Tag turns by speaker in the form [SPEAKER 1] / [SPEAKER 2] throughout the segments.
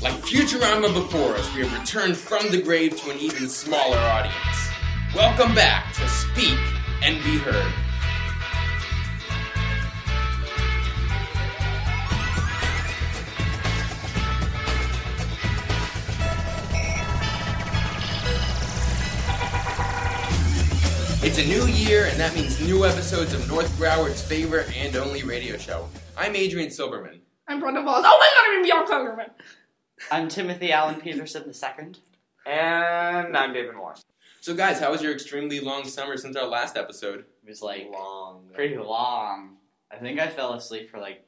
[SPEAKER 1] Like Futurama before us, we have returned from the grave to an even smaller audience. Welcome back to Speak and Be Heard. It's a new year, and that means new episodes of North Broward's favorite and only radio show. I'm Adrian Silverman.
[SPEAKER 2] I'm Brenda Wallace. Oh my god, I'm in Bianca Ungerman.
[SPEAKER 3] I'm Timothy Allen Peterson II.
[SPEAKER 4] And I'm David Morris.
[SPEAKER 1] So, guys, how was your extremely long summer since our last episode?
[SPEAKER 3] It was like
[SPEAKER 4] long.
[SPEAKER 3] pretty long. I think I fell asleep for like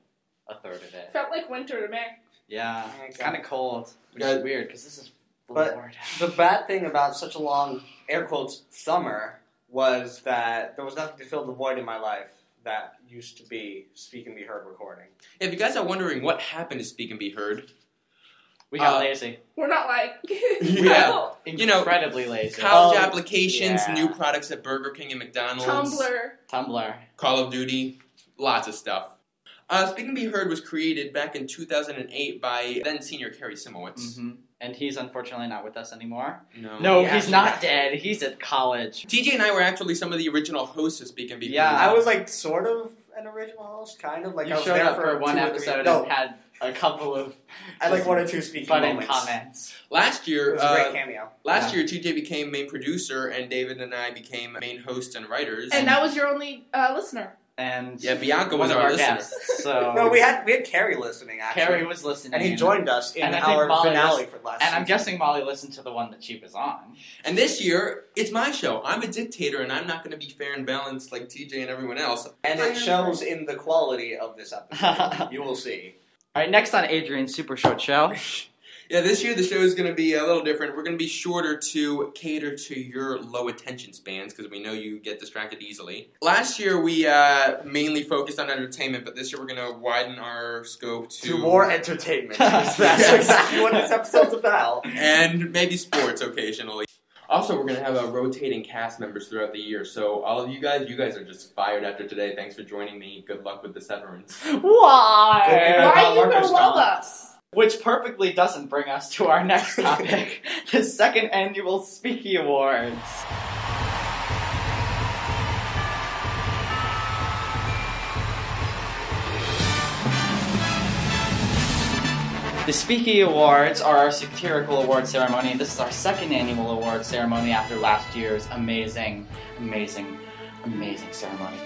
[SPEAKER 3] a third of it.
[SPEAKER 2] Felt like winter to me.
[SPEAKER 3] Yeah,
[SPEAKER 4] Okay.
[SPEAKER 3] kind of cold, which
[SPEAKER 1] Yeah.
[SPEAKER 3] is weird because this is
[SPEAKER 4] But-
[SPEAKER 3] Lord.
[SPEAKER 4] The bad thing about such a long air quotes summer was that there was nothing to fill the void in my life that used to be speak and be heard recording.
[SPEAKER 1] If you guys are wondering what happened to Speak and Be Heard,
[SPEAKER 3] We got
[SPEAKER 1] Uh,
[SPEAKER 3] lazy,
[SPEAKER 2] We're not like.
[SPEAKER 1] Yeah. you know,
[SPEAKER 3] incredibly lazy.
[SPEAKER 1] college
[SPEAKER 4] Oh,
[SPEAKER 1] applications,
[SPEAKER 4] yeah.
[SPEAKER 1] new products at Burger King and McDonald's,
[SPEAKER 2] Tumblr.
[SPEAKER 3] Tumblr.
[SPEAKER 1] Call of Duty, lots of stuff. Uh, Speak and Be Heard was created back in 2008 by then senior Kerry Simowitz.
[SPEAKER 3] hmm And he's unfortunately not with us anymore.
[SPEAKER 1] No,
[SPEAKER 3] No,
[SPEAKER 1] he
[SPEAKER 3] he's
[SPEAKER 1] actually-
[SPEAKER 3] not dead. He's at college.
[SPEAKER 1] TJ and I were actually some of the original hosts of Speak and Be
[SPEAKER 3] Yeah,
[SPEAKER 1] Heard.
[SPEAKER 4] I was like sort of an original host, kind of like
[SPEAKER 3] you
[SPEAKER 4] I was
[SPEAKER 3] showed
[SPEAKER 4] there
[SPEAKER 3] up for, one
[SPEAKER 4] two or three-
[SPEAKER 3] episode
[SPEAKER 4] No,
[SPEAKER 3] and had a couple of
[SPEAKER 4] I like one or two speaking
[SPEAKER 3] fun
[SPEAKER 4] moments.
[SPEAKER 3] comments.
[SPEAKER 1] Last
[SPEAKER 4] It
[SPEAKER 1] year,
[SPEAKER 4] was a
[SPEAKER 1] uh,
[SPEAKER 4] great cameo.
[SPEAKER 1] last year TJ became main producer, and David and I became main hosts and writers.
[SPEAKER 2] And that was your only uh, listener.
[SPEAKER 3] And
[SPEAKER 1] yeah, Bianca
[SPEAKER 3] one
[SPEAKER 1] was
[SPEAKER 3] of
[SPEAKER 1] our
[SPEAKER 3] our
[SPEAKER 1] listener.
[SPEAKER 3] guests. So
[SPEAKER 4] No, we had we had Carrie listening actually,
[SPEAKER 3] Carrie was listening,
[SPEAKER 4] and he joined us in
[SPEAKER 3] And I think
[SPEAKER 4] our
[SPEAKER 3] Molly
[SPEAKER 4] finale for last.
[SPEAKER 3] And I'm
[SPEAKER 4] season.
[SPEAKER 3] guessing Molly listened to the one that she was on.
[SPEAKER 1] And this year, it's my show. I'm a dictator, and I'm not going to be fair and balanced like TJ and everyone else.
[SPEAKER 4] and it shows in the quality of this episode. you will see.
[SPEAKER 3] All right, next on Adrian's super short show.
[SPEAKER 1] Yeah, this year the show is going to be a little different. We're going to be shorter to cater to your low attention spans because we know you get distracted easily. Last year we uh, mainly focused on entertainment, but this year we're going to widen our scope to,
[SPEAKER 4] to more entertainment. That's
[SPEAKER 3] Yes.
[SPEAKER 4] exactly what this episode's about.
[SPEAKER 1] and maybe sports occasionally. Also, we're going to have a rotating cast members throughout the year. So all of you guys, you guys are just fired after today. Thanks for joining me. Good luck with the severance.
[SPEAKER 4] Yeah,
[SPEAKER 2] Why
[SPEAKER 3] Why?
[SPEAKER 4] about
[SPEAKER 2] you gonna
[SPEAKER 4] Marcus
[SPEAKER 2] love
[SPEAKER 4] Dawn.
[SPEAKER 2] us?
[SPEAKER 3] Which perfectly doesn't bring us to our next topic the second annual Speaky Awards. The Speaky Awards are our satirical award ceremony. This is our second annual award ceremony after last year's amazing, amazing, amazing ceremony.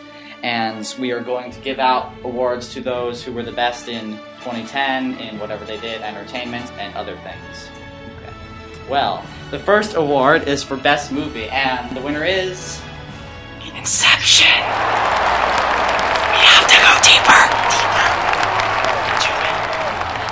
[SPEAKER 3] And we are going to give out awards to those who were the best in 2010 in whatever they did, entertainment, and other things. Okay. Well, the first award is for Best Movie, and the winner is. Inception! We have to go deeper!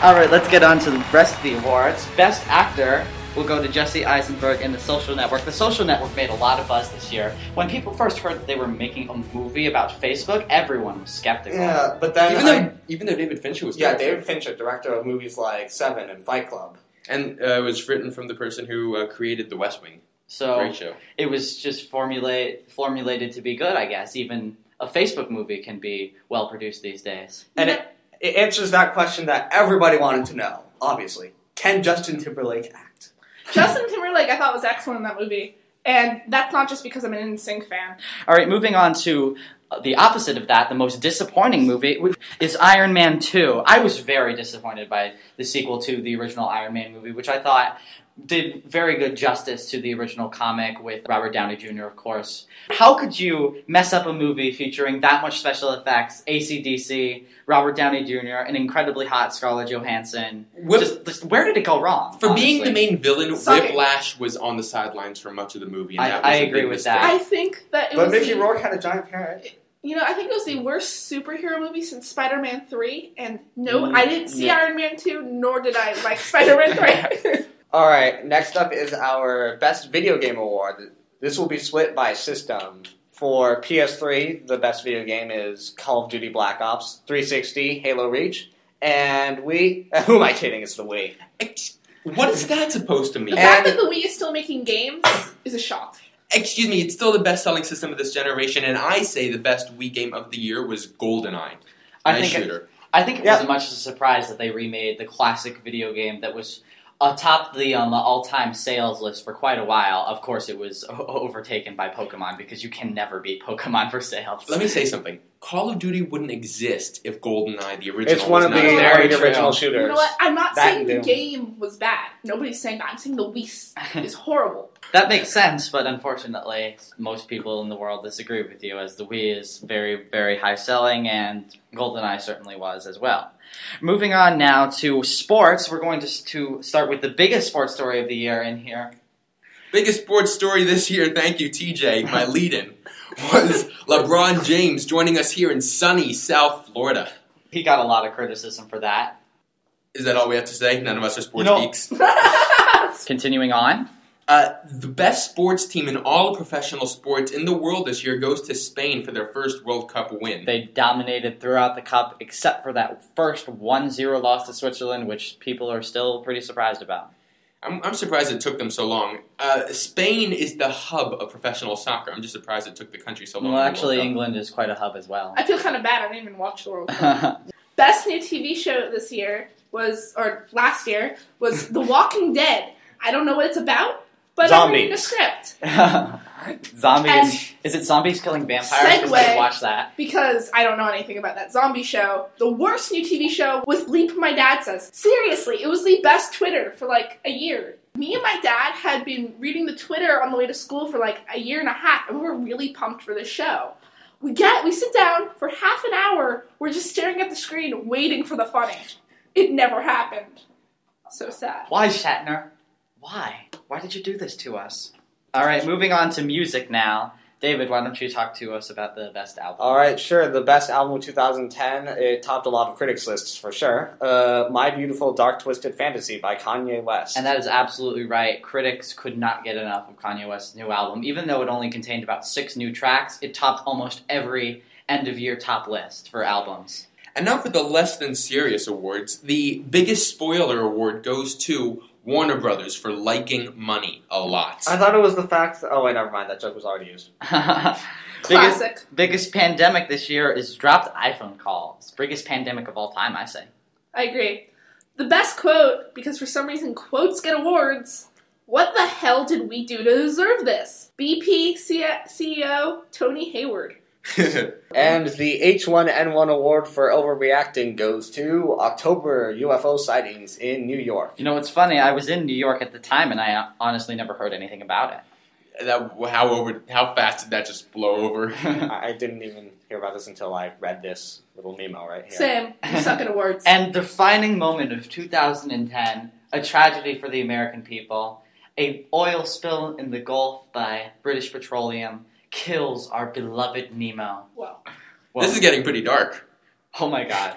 [SPEAKER 3] Alright, let's get on to the rest of the awards. Best Actor will go to Jesse Eisenberg in The Social Network. The Social Network made a lot of buzz this year. When people first heard that they were making a movie about Facebook, everyone was skeptical.
[SPEAKER 4] Yeah, but then
[SPEAKER 1] even
[SPEAKER 4] I,
[SPEAKER 1] though even though David Fincher was
[SPEAKER 4] yeah,
[SPEAKER 1] director.
[SPEAKER 4] David Fincher, director of movies like Seven and Fight Club.
[SPEAKER 1] and uh, it was written from the person who uh, created The West Wing.
[SPEAKER 3] So,
[SPEAKER 1] Great show.
[SPEAKER 3] it was just formulate formulated to be good, I guess. Even a Facebook movie can be well produced these days.
[SPEAKER 4] And it, it answers that question that everybody wanted to know, obviously. Can Justin Timberlake act?
[SPEAKER 2] Justin Timberlake, I thought was excellent in that movie, and that's not just because I'm an NSYNC fan.
[SPEAKER 3] All right, moving on to uh, the opposite of that, the most disappointing movie which is Iron Man 2. I was very disappointed by the sequel to the original Iron Man movie, which I thought did very good justice to the original comic with Robert Downey Jr., of course. How could you mess up a movie featuring that much special effects, ACDC, Robert Downey Jr., an incredibly hot Scarlett Johansson?
[SPEAKER 1] Whip-
[SPEAKER 3] just, just where did it go wrong?
[SPEAKER 1] For being the
[SPEAKER 3] honestly?
[SPEAKER 1] main villain,
[SPEAKER 2] Sorry.
[SPEAKER 1] Whiplash was on the sidelines for much of the movie. And
[SPEAKER 3] I-
[SPEAKER 1] that was
[SPEAKER 3] I
[SPEAKER 1] a
[SPEAKER 3] agree
[SPEAKER 1] big
[SPEAKER 3] with
[SPEAKER 1] mistake.
[SPEAKER 3] that.
[SPEAKER 2] I think that it
[SPEAKER 4] But
[SPEAKER 2] was.
[SPEAKER 4] Mickey
[SPEAKER 2] the-
[SPEAKER 4] Rourke had a giant parrot.
[SPEAKER 2] You know, I think it was the worst superhero movie since Spider Man 3, and no,
[SPEAKER 1] Mm,
[SPEAKER 2] I didn't see
[SPEAKER 1] yeah.
[SPEAKER 2] Iron Man 2, nor did I like Spider Man 3.
[SPEAKER 4] All right, next up is our Best Video Game Award. This will be split by system. For PS3, the best video game is Call of Duty Black Ops, 360, Halo Reach, and we. Who am I kidding? It's the Wii.
[SPEAKER 1] Ex- What is that supposed to
[SPEAKER 2] the
[SPEAKER 1] mean?
[SPEAKER 2] fact
[SPEAKER 4] And-
[SPEAKER 2] that the Wii is still making games is a shock.
[SPEAKER 1] Excuse me, it's still the best selling system of this generation, and I say the best Wii game of the year was GoldenEye.
[SPEAKER 3] I
[SPEAKER 1] Nice
[SPEAKER 3] think-
[SPEAKER 1] shooter.
[SPEAKER 3] I think it
[SPEAKER 4] Yeah.
[SPEAKER 3] wasn't much of a surprise that they remade the classic video game that was atop the um, all-time sales list for quite a while. Of course, it was o- overtaken by Pokemon because you can never beat Pokemon for sales.
[SPEAKER 1] Let me say something. Call of Duty wouldn't exist if GoldenEye, the original,
[SPEAKER 4] It's one
[SPEAKER 1] was
[SPEAKER 4] of the
[SPEAKER 1] not
[SPEAKER 2] That's
[SPEAKER 1] there.
[SPEAKER 2] very
[SPEAKER 4] great original shooters.
[SPEAKER 2] You know what? I'm not
[SPEAKER 4] That
[SPEAKER 2] saying the
[SPEAKER 4] and
[SPEAKER 2] game was bad. Nobody's saying that. I'm saying the Wii is horrible.
[SPEAKER 3] that makes sense, but unfortunately, most people in the world disagree with you, as the Wii is very, very high selling, and GoldenEye certainly was as well. Moving on now to sports, we're going to, to start with the biggest sports story of the year in here.
[SPEAKER 1] Biggest sports story this year, thank you, TJ, my lead in, was LeBron James joining us here in sunny South Florida.
[SPEAKER 3] He got a lot of criticism for that.
[SPEAKER 1] Is that all we have to say? None of us are sports
[SPEAKER 3] No.
[SPEAKER 1] geeks.
[SPEAKER 3] Continuing on,
[SPEAKER 1] Uh, the best sports team in all professional sports in the world this year goes to Spain for their first World Cup win.
[SPEAKER 3] they dominated throughout the cup, except for that first 1 0 loss to Switzerland, which people are still pretty surprised about.
[SPEAKER 1] I'm, I'm surprised it took them so long. Uh, Spain is the hub of professional soccer. I'm just surprised it took the country so long.
[SPEAKER 3] Well,
[SPEAKER 1] to World
[SPEAKER 3] actually,
[SPEAKER 1] Cup.
[SPEAKER 3] England is quite a hub as well.
[SPEAKER 2] I feel kind of bad. I didn't even watch the World Cup. Best new TV show this year was, or last year, was The Walking Dead. I don't know what it's about, but I'm reading the
[SPEAKER 4] Zombies.
[SPEAKER 2] script
[SPEAKER 3] zombies.
[SPEAKER 2] And-
[SPEAKER 3] is it zombies killing vampires? 'Cause I
[SPEAKER 2] Segue.
[SPEAKER 3] watch that.
[SPEAKER 2] because I don't know anything about that zombie show. The worst new TV show was Leap My Dad Says. Seriously, it was the best Twitter for like a year. Me and my dad had been reading the Twitter on the way to school for like a year and a half, and we were really pumped for this show. We get, we sit down for half an hour, we're just staring at the screen, waiting for the funny. It never happened. So sad.
[SPEAKER 3] Why Shatner? Why? Why did you do this to us? All right, moving on to music now. David, why don't you talk to us about the best album?
[SPEAKER 4] All right, sure. The best album of 2010. It topped a lot of critics' lists for sure. Uh, My Beautiful Dark Twisted Fantasy by Kanye West.
[SPEAKER 3] And that is absolutely right. Critics could not get enough of Kanye West's new album. Even though it only contained about six new tracks, it topped almost every end of year top list for albums.
[SPEAKER 1] And now for the less than serious awards. The biggest spoiler award goes to Warner Brothers for liking money a lot.
[SPEAKER 4] I thought it was the fact. Oh wait, never mind. That joke was already used.
[SPEAKER 3] biggest,
[SPEAKER 2] Classic.
[SPEAKER 3] biggest pandemic this year is dropped iPhone calls. Biggest pandemic of all time, I say.
[SPEAKER 2] I agree. The best quote, because for some reason quotes get awards. What the hell did we do to deserve this? BP C- CEO Tony Hayward.
[SPEAKER 4] And the H1N1 award for overreacting goes to October UFO sightings in New York.
[SPEAKER 3] You know, it's funny. I was in New York at the time, and I uh, honestly never heard anything about
[SPEAKER 1] that how over how fast did that just blow over?
[SPEAKER 3] it.
[SPEAKER 4] I I didn't even hear about this until I read this little memo right here.
[SPEAKER 2] Sam, you suck at awards.
[SPEAKER 3] and defining moment of 2010, a tragedy for the American people. A oil spill in the Gulf by British Petroleum kills our beloved Nemo.
[SPEAKER 2] well,
[SPEAKER 3] Whoa.
[SPEAKER 1] This is getting pretty dark.
[SPEAKER 3] oh my god.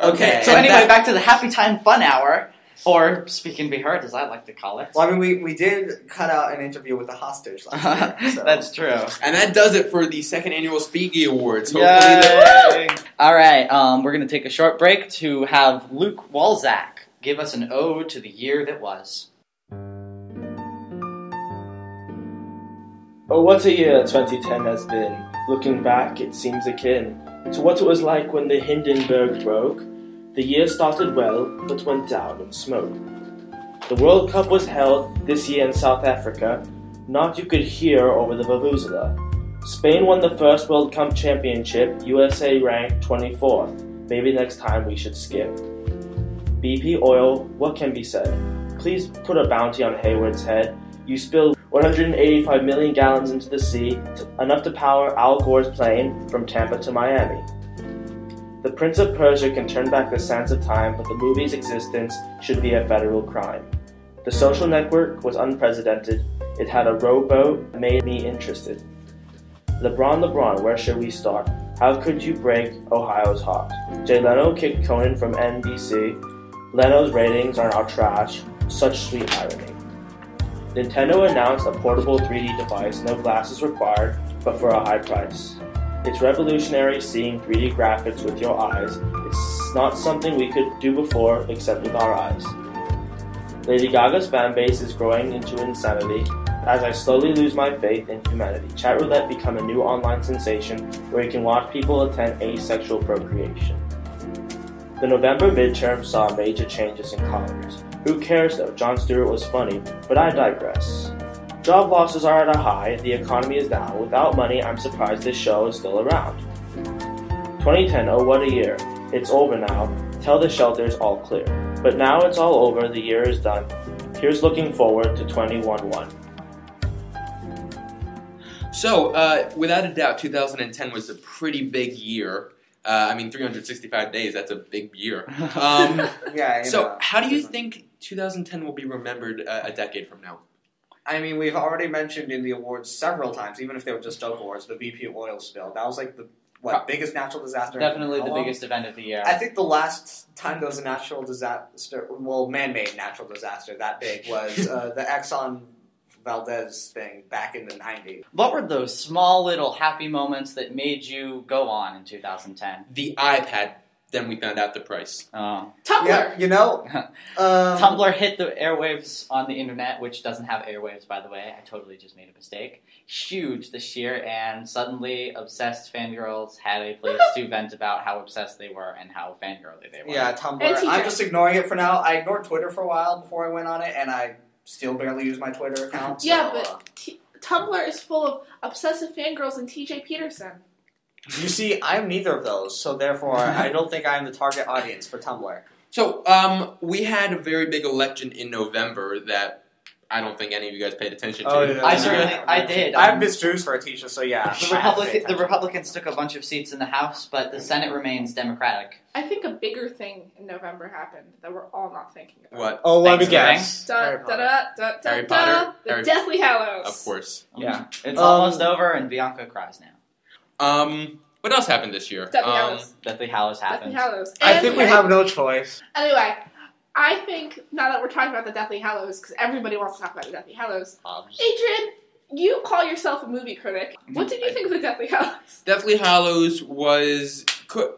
[SPEAKER 4] Okay.
[SPEAKER 3] So
[SPEAKER 1] and
[SPEAKER 3] anyway,
[SPEAKER 1] that-
[SPEAKER 3] back to the happy time fun hour, or speak and be heard, as I like to call it.
[SPEAKER 5] Well, I mean, we, we did cut out an interview with a hostage last year. So.
[SPEAKER 3] That's true.
[SPEAKER 1] and that does it for the second annual Speaky Awards. Hopefully
[SPEAKER 3] Yay. All right, um, we're going to take a short break to have Luke Walzak give us an ode to the year that was.
[SPEAKER 6] Oh, what a year 2010 has been. Looking back, it seems akin to what it was like when the Hindenburg broke. The year started well, but went down in smoke. The World Cup was held this year in South Africa. Not you could hear over the Vuvuzela. Spain won the first World Cup championship, USA ranked 24th. Maybe next time we should skip. BP Oil, what can be said? Please put a bounty on Hayward's head. You spilled 185 million gallons into the sea, t- enough to power Al Gore's plane from Tampa to Miami. The Prince of Persia can turn back the sands of time, but the movie's existence should be a federal crime. The social network was unprecedented. It had a rowboat, made me interested. LeBron, LeBron, where should we start? How could you break Ohio's heart? Jay Leno kicked Conan from NBC. Leno's ratings are now trash. Such sweet irony. Nintendo announced a portable 3D device, no glasses required, but for a high price. It's revolutionary seeing 3D graphics with your eyes. It's not something we could do before except with our eyes. Lady Gaga's fan base is growing into insanity as I slowly lose my faith in humanity. Chat roulette become a new online sensation where you can watch people attempt asexual procreation. The November midterm saw major changes in Congress. Who cares though? John Stewart was funny, but I digress. Job losses are at a high, the economy is down. Without money, I'm surprised this show is still around. 2010, oh what a year. It's over now. Tell the shelters all clear. But now it's all over, the year is done. Here's looking forward to 21 1.
[SPEAKER 1] So, uh, without a doubt, 2010 was a pretty big year. Uh, I mean, 365 days, that's a big year. Um,
[SPEAKER 4] Yeah. you
[SPEAKER 1] so,
[SPEAKER 4] know,
[SPEAKER 1] how do you
[SPEAKER 4] different.
[SPEAKER 1] think 2010 will be remembered uh, a decade from now?
[SPEAKER 4] I mean, we've already mentioned in the awards several times, even if they were just joke awards, the BP oil spill. That was like the what biggest natural disaster. in
[SPEAKER 3] Definitely
[SPEAKER 4] how
[SPEAKER 3] the
[SPEAKER 4] long?
[SPEAKER 3] biggest event of the year.
[SPEAKER 4] I think the last time there was a natural disaster, well, man-made natural disaster that big was uh, the Exxon Valdez thing back in the '90s.
[SPEAKER 3] What were those small little happy moments that made you go on in 2010?
[SPEAKER 1] The iPad, then we found out the price.
[SPEAKER 4] Um,
[SPEAKER 3] Oh.
[SPEAKER 2] Tumblr.
[SPEAKER 4] Yeah, you know, um,
[SPEAKER 3] Tumblr hit the airwaves on the internet, which doesn't have airwaves, by the way. I totally just made a mistake. Huge this year, and suddenly obsessed fangirls had a place to vent about how obsessed they were and how fangirly they were.
[SPEAKER 4] Yeah, Tumblr.
[SPEAKER 2] And teacher.
[SPEAKER 4] I'm just ignoring it for now. I ignored Twitter for a while before I went on it, and I still barely use my Twitter account. so,
[SPEAKER 2] Yeah, but-
[SPEAKER 4] uh,
[SPEAKER 2] T- Tumblr is full of obsessive fangirls and TJ Peterson.
[SPEAKER 4] you see, I'm neither of those, so therefore, I don't think I'm the target audience for Tumblr.
[SPEAKER 1] So, um, we had a very big election in November that I don't think any of you guys paid attention to.
[SPEAKER 4] Oh, yeah.
[SPEAKER 3] I certainly, I did.
[SPEAKER 4] I have
[SPEAKER 3] Um,
[SPEAKER 4] Miss Drews for a teacher, so yeah.
[SPEAKER 3] the, Republic, the Republicans took a bunch of seats in the House, but the Senate remains Democratic.
[SPEAKER 2] I think a bigger thing in November happened that we're all not thinking about.
[SPEAKER 1] What?
[SPEAKER 4] Oh,
[SPEAKER 3] let me guess.
[SPEAKER 2] Da, da, da, da, da,
[SPEAKER 1] Harry
[SPEAKER 2] da,
[SPEAKER 1] Potter?
[SPEAKER 2] The
[SPEAKER 1] Harry-
[SPEAKER 2] Deathly Hallows.
[SPEAKER 1] Of course.
[SPEAKER 4] Yeah.
[SPEAKER 3] It's
[SPEAKER 4] Um,
[SPEAKER 3] almost over, and Bianca cries now.
[SPEAKER 1] Um, what else happened this year?
[SPEAKER 2] Deathly
[SPEAKER 1] Um,
[SPEAKER 2] Hallows.
[SPEAKER 3] Deathly Hallows
[SPEAKER 2] Deathly
[SPEAKER 3] happens.
[SPEAKER 2] Hallows.
[SPEAKER 4] I
[SPEAKER 2] And-
[SPEAKER 4] think we have no choice.
[SPEAKER 2] Anyway, I think now that we're talking about the Deathly Hallows, because everybody wants to talk about the Deathly Hallows, Adrian, you call yourself a movie critic. What did you think of the Deathly Hallows?
[SPEAKER 1] Deathly Hallows was. Could,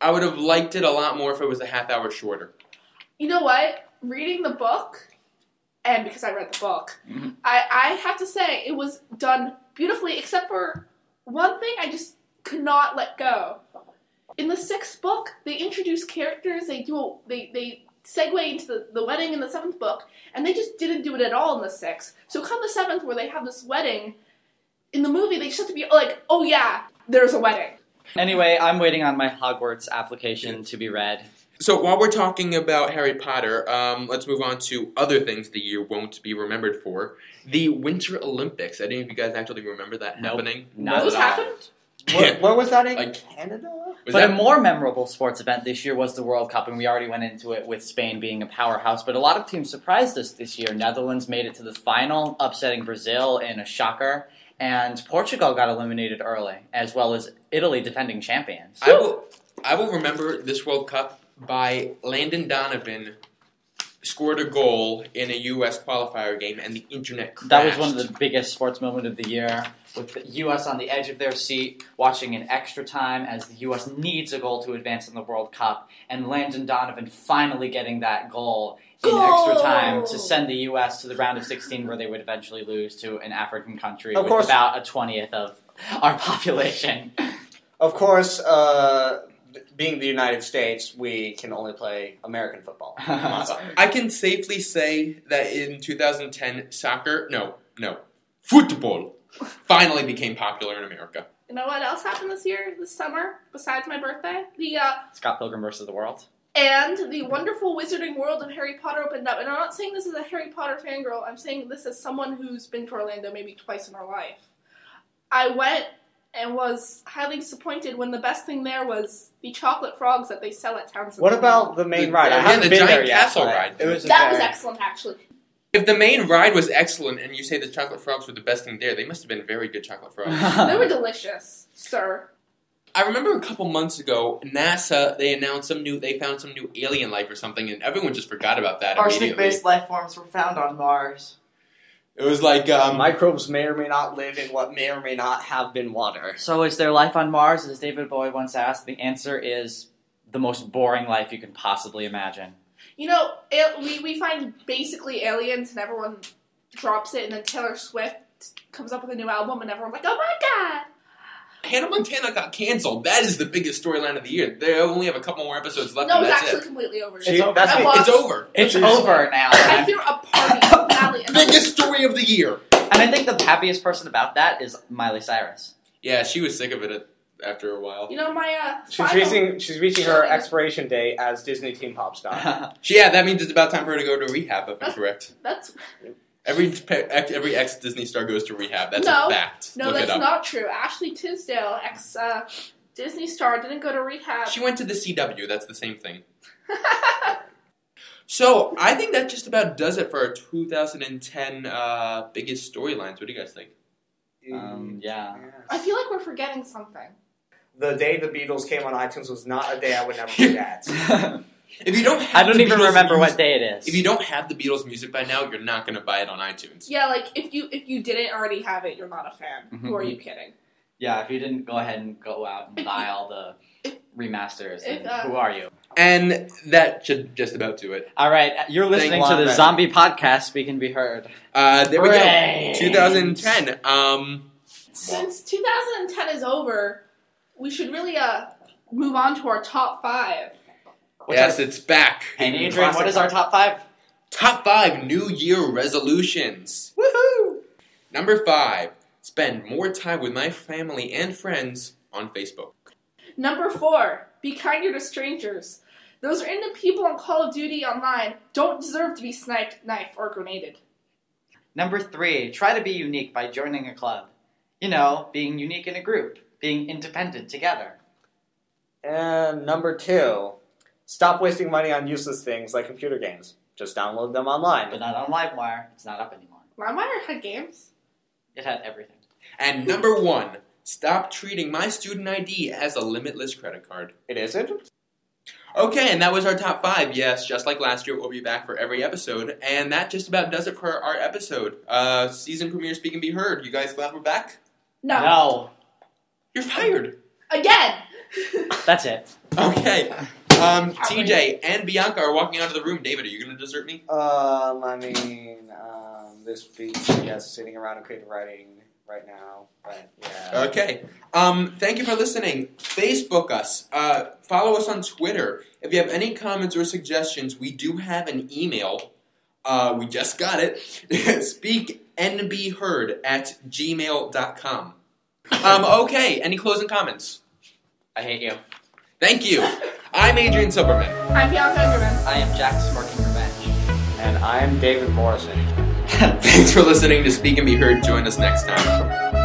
[SPEAKER 1] I would have liked it a lot more if it was a half hour shorter.
[SPEAKER 2] You know what? Reading the book, and because I read the book,
[SPEAKER 3] Mhm.
[SPEAKER 2] I, I have to say it was done beautifully, except for one thing I just could not let go. In the sixth book, they introduce characters, they do a, they, they segue into the, the wedding in the seventh book, and they just didn't do it at all in the sixth. So come the seventh where they have this wedding, in the movie they just have to be like, oh yeah, there's a wedding.
[SPEAKER 3] Anyway, I'm waiting on my Hogwarts application to be read.
[SPEAKER 1] So while we're talking about Harry Potter, um, let's move on to other things the year won't be remembered for. The Winter Olympics. Any of you guys actually remember that
[SPEAKER 3] Nope.
[SPEAKER 1] happening?
[SPEAKER 3] Not
[SPEAKER 2] Those
[SPEAKER 3] at all.
[SPEAKER 2] happened?
[SPEAKER 4] Where, where was that in
[SPEAKER 1] Like-
[SPEAKER 4] Canada?
[SPEAKER 1] Was
[SPEAKER 3] but
[SPEAKER 1] that-
[SPEAKER 3] a more memorable sports event this year was the World Cup, and we already went into it with Spain being a powerhouse. But a lot of teams surprised us this year. Netherlands made it to the final, upsetting Brazil in a shocker, and Portugal got eliminated early, as well as Italy, defending champions.
[SPEAKER 1] I will, I will remember this World Cup by Landon Donovan scored a goal in a U.S. qualifier game, and the internet crashed.
[SPEAKER 3] That was one of the biggest sports moment of the year, with the U.S. on the edge of their seat, watching an extra time as the U.S. needs a goal to advance in the World Cup, and Landon Donovan finally getting that goal in extra time
[SPEAKER 2] Goal!
[SPEAKER 3] to send the U.S. to the round of 16, where they would eventually lose to an African country
[SPEAKER 4] Of
[SPEAKER 3] with
[SPEAKER 4] course.
[SPEAKER 3] about a twentieth of our population.
[SPEAKER 4] Of course, uh, being the United States, we can only play American football.
[SPEAKER 1] I can safely say that in 2010, soccer, no, no, football finally became popular in America.
[SPEAKER 2] You know what else happened this year, this summer, besides my birthday? The uh,
[SPEAKER 3] Scott Pilgrim versus the World.
[SPEAKER 2] and the wonderful wizarding world of Harry Potter opened up. And I'm not saying this is a Harry Potter fangirl. I'm saying this is someone who's been to Orlando maybe twice in her life. I went and was highly disappointed when the best thing there was the chocolate frogs that they sell at Townsend.
[SPEAKER 4] What about the main ride? I
[SPEAKER 1] Yeah,
[SPEAKER 4] haven't
[SPEAKER 1] the
[SPEAKER 4] been
[SPEAKER 1] giant
[SPEAKER 4] there yet.
[SPEAKER 1] castle
[SPEAKER 4] but
[SPEAKER 1] ride.
[SPEAKER 4] It was a
[SPEAKER 2] that?
[SPEAKER 4] very-
[SPEAKER 2] Was excellent, actually.
[SPEAKER 1] If the main ride was excellent and you say the chocolate frogs were the best thing there, they must have been very good chocolate frogs.
[SPEAKER 2] They were delicious, sir.
[SPEAKER 1] I remember a couple months ago, NASA, they announced some new, they found some new alien life or something, and everyone just forgot about that
[SPEAKER 7] Arsenic
[SPEAKER 1] immediately.
[SPEAKER 7] based life forms were found on Mars.
[SPEAKER 1] It was like,
[SPEAKER 4] Uh,
[SPEAKER 1] um,
[SPEAKER 4] microbes may or may not live in what may or may not have been water.
[SPEAKER 3] So, is there life on Mars? As David Bowie once asked, the answer is the most boring life you can possibly imagine.
[SPEAKER 2] You know, it, we we find basically aliens, and everyone drops it, and then Taylor Swift comes up with a new album, and everyone's like, "Oh my god!"
[SPEAKER 1] Hannah Montana got canceled. That is the biggest storyline of the year. They only have a couple more episodes left.
[SPEAKER 2] No,
[SPEAKER 1] and
[SPEAKER 2] it's
[SPEAKER 1] that's
[SPEAKER 2] actually
[SPEAKER 1] it.
[SPEAKER 2] completely over.
[SPEAKER 4] She-
[SPEAKER 6] over.
[SPEAKER 4] that's
[SPEAKER 2] I
[SPEAKER 4] me.
[SPEAKER 2] watched-
[SPEAKER 1] It's over.
[SPEAKER 3] It's over now.
[SPEAKER 2] I hear a party valley. and I'm
[SPEAKER 1] Biggest story of the year.
[SPEAKER 3] And I think the happiest person about that is Miley Cyrus.
[SPEAKER 1] Yeah, she was sick of it at- after a while.
[SPEAKER 2] like, You know my uh.
[SPEAKER 4] She's
[SPEAKER 2] final-
[SPEAKER 4] reaching, she's reaching her expiration date as Disney teen pop star.
[SPEAKER 1] She, yeah, that means it's about time for her to go to rehab. If I'm
[SPEAKER 2] Huh?
[SPEAKER 1] correct,
[SPEAKER 2] That's
[SPEAKER 1] every pe- ex- every ex Disney star goes to rehab. That's
[SPEAKER 2] No.
[SPEAKER 1] a fact.
[SPEAKER 2] no,
[SPEAKER 1] Look it
[SPEAKER 2] that's
[SPEAKER 1] up.
[SPEAKER 2] not true. Ashley Tisdale, ex uh, Disney star, didn't go to rehab.
[SPEAKER 1] She went to the CW. That's the same thing. So I think that just about does it for our 2010 uh, biggest storylines. What do you guys think?
[SPEAKER 4] Mm.
[SPEAKER 3] um, yeah.
[SPEAKER 2] I feel like we're forgetting something.
[SPEAKER 5] the day the Beatles came on iTunes was not a day I would never forget.
[SPEAKER 3] I
[SPEAKER 1] If you don't, have
[SPEAKER 3] don't
[SPEAKER 1] the
[SPEAKER 3] even
[SPEAKER 1] Beatles
[SPEAKER 3] remember
[SPEAKER 1] music,
[SPEAKER 3] what day it is.
[SPEAKER 1] If you don't have the Beatles music by now, you're not going to buy it on iTunes.
[SPEAKER 2] Yeah, like if you if you didn't already have it, you're not a fan.
[SPEAKER 3] Mhm.
[SPEAKER 1] Mm-hmm.
[SPEAKER 2] Who are you kidding?
[SPEAKER 3] yeah, if you didn't go ahead and go out and buy all the remasters, then
[SPEAKER 2] If, uh,
[SPEAKER 3] who are you?
[SPEAKER 1] And that should just about do it.
[SPEAKER 3] All right, you're listening to
[SPEAKER 4] Juan
[SPEAKER 3] the
[SPEAKER 4] Redding.
[SPEAKER 3] Zombie Podcast. We can be heard.
[SPEAKER 1] Uh, there we
[SPEAKER 3] Hooray.
[SPEAKER 1] go. 2010. Um,
[SPEAKER 2] Since 2010 is over, we should really uh move on to our top five.
[SPEAKER 3] What's
[SPEAKER 1] yes,
[SPEAKER 3] our-
[SPEAKER 1] it's back.
[SPEAKER 3] and Adrian, what is our top five?
[SPEAKER 1] Top five New Year resolutions. Woohoo! Number five, spend more time with my family and friends on Facebook.
[SPEAKER 2] Number four, be kinder to strangers. Those random people on Call of Duty online don't deserve to be sniped, knifed, or grenaded.
[SPEAKER 3] Number three, try to be unique by joining a club. You know, being unique in a group, being independent together.
[SPEAKER 4] And number two, stop wasting money on useless things like computer games. Just download them
[SPEAKER 3] But
[SPEAKER 4] online.
[SPEAKER 3] not on Livewire. It's not up anymore.
[SPEAKER 2] Limewire had games.
[SPEAKER 3] It had everything.
[SPEAKER 1] And number one, stop treating my student ID as a limitless credit card.
[SPEAKER 4] It isn't?
[SPEAKER 1] Okay, and that was our top five. Yes, just like last year, we'll be back for every episode. And that just about does it for our episode. Uh, season premiere Speak and Be Heard. You guys glad we're back?
[SPEAKER 2] No.
[SPEAKER 3] No,
[SPEAKER 1] You're fired.
[SPEAKER 2] Again!
[SPEAKER 3] that's it.
[SPEAKER 1] Okay. Um, TJ and Bianca are walking out of the room. David, are you going to desert me?
[SPEAKER 5] Um, I mean, um, this beats yes, sitting around and creative writing right now. But yeah,
[SPEAKER 4] Uh,
[SPEAKER 1] Okay. Um, thank you for listening. Facebook us. Uh, follow us on Twitter. If you have any comments or suggestions, we do have an email. Uh, we just got it. Speak and be heard at gmail.com. Um, okay. Any closing comments?
[SPEAKER 3] I hate you.
[SPEAKER 1] Thank you. I'm Adrian Silverman.
[SPEAKER 2] I'm Bianca Underman.
[SPEAKER 3] I am Jack Smirking Revenge.
[SPEAKER 4] And I'm David Morrison.
[SPEAKER 1] Thanks for listening to Speak and Be Heard. Join us next time.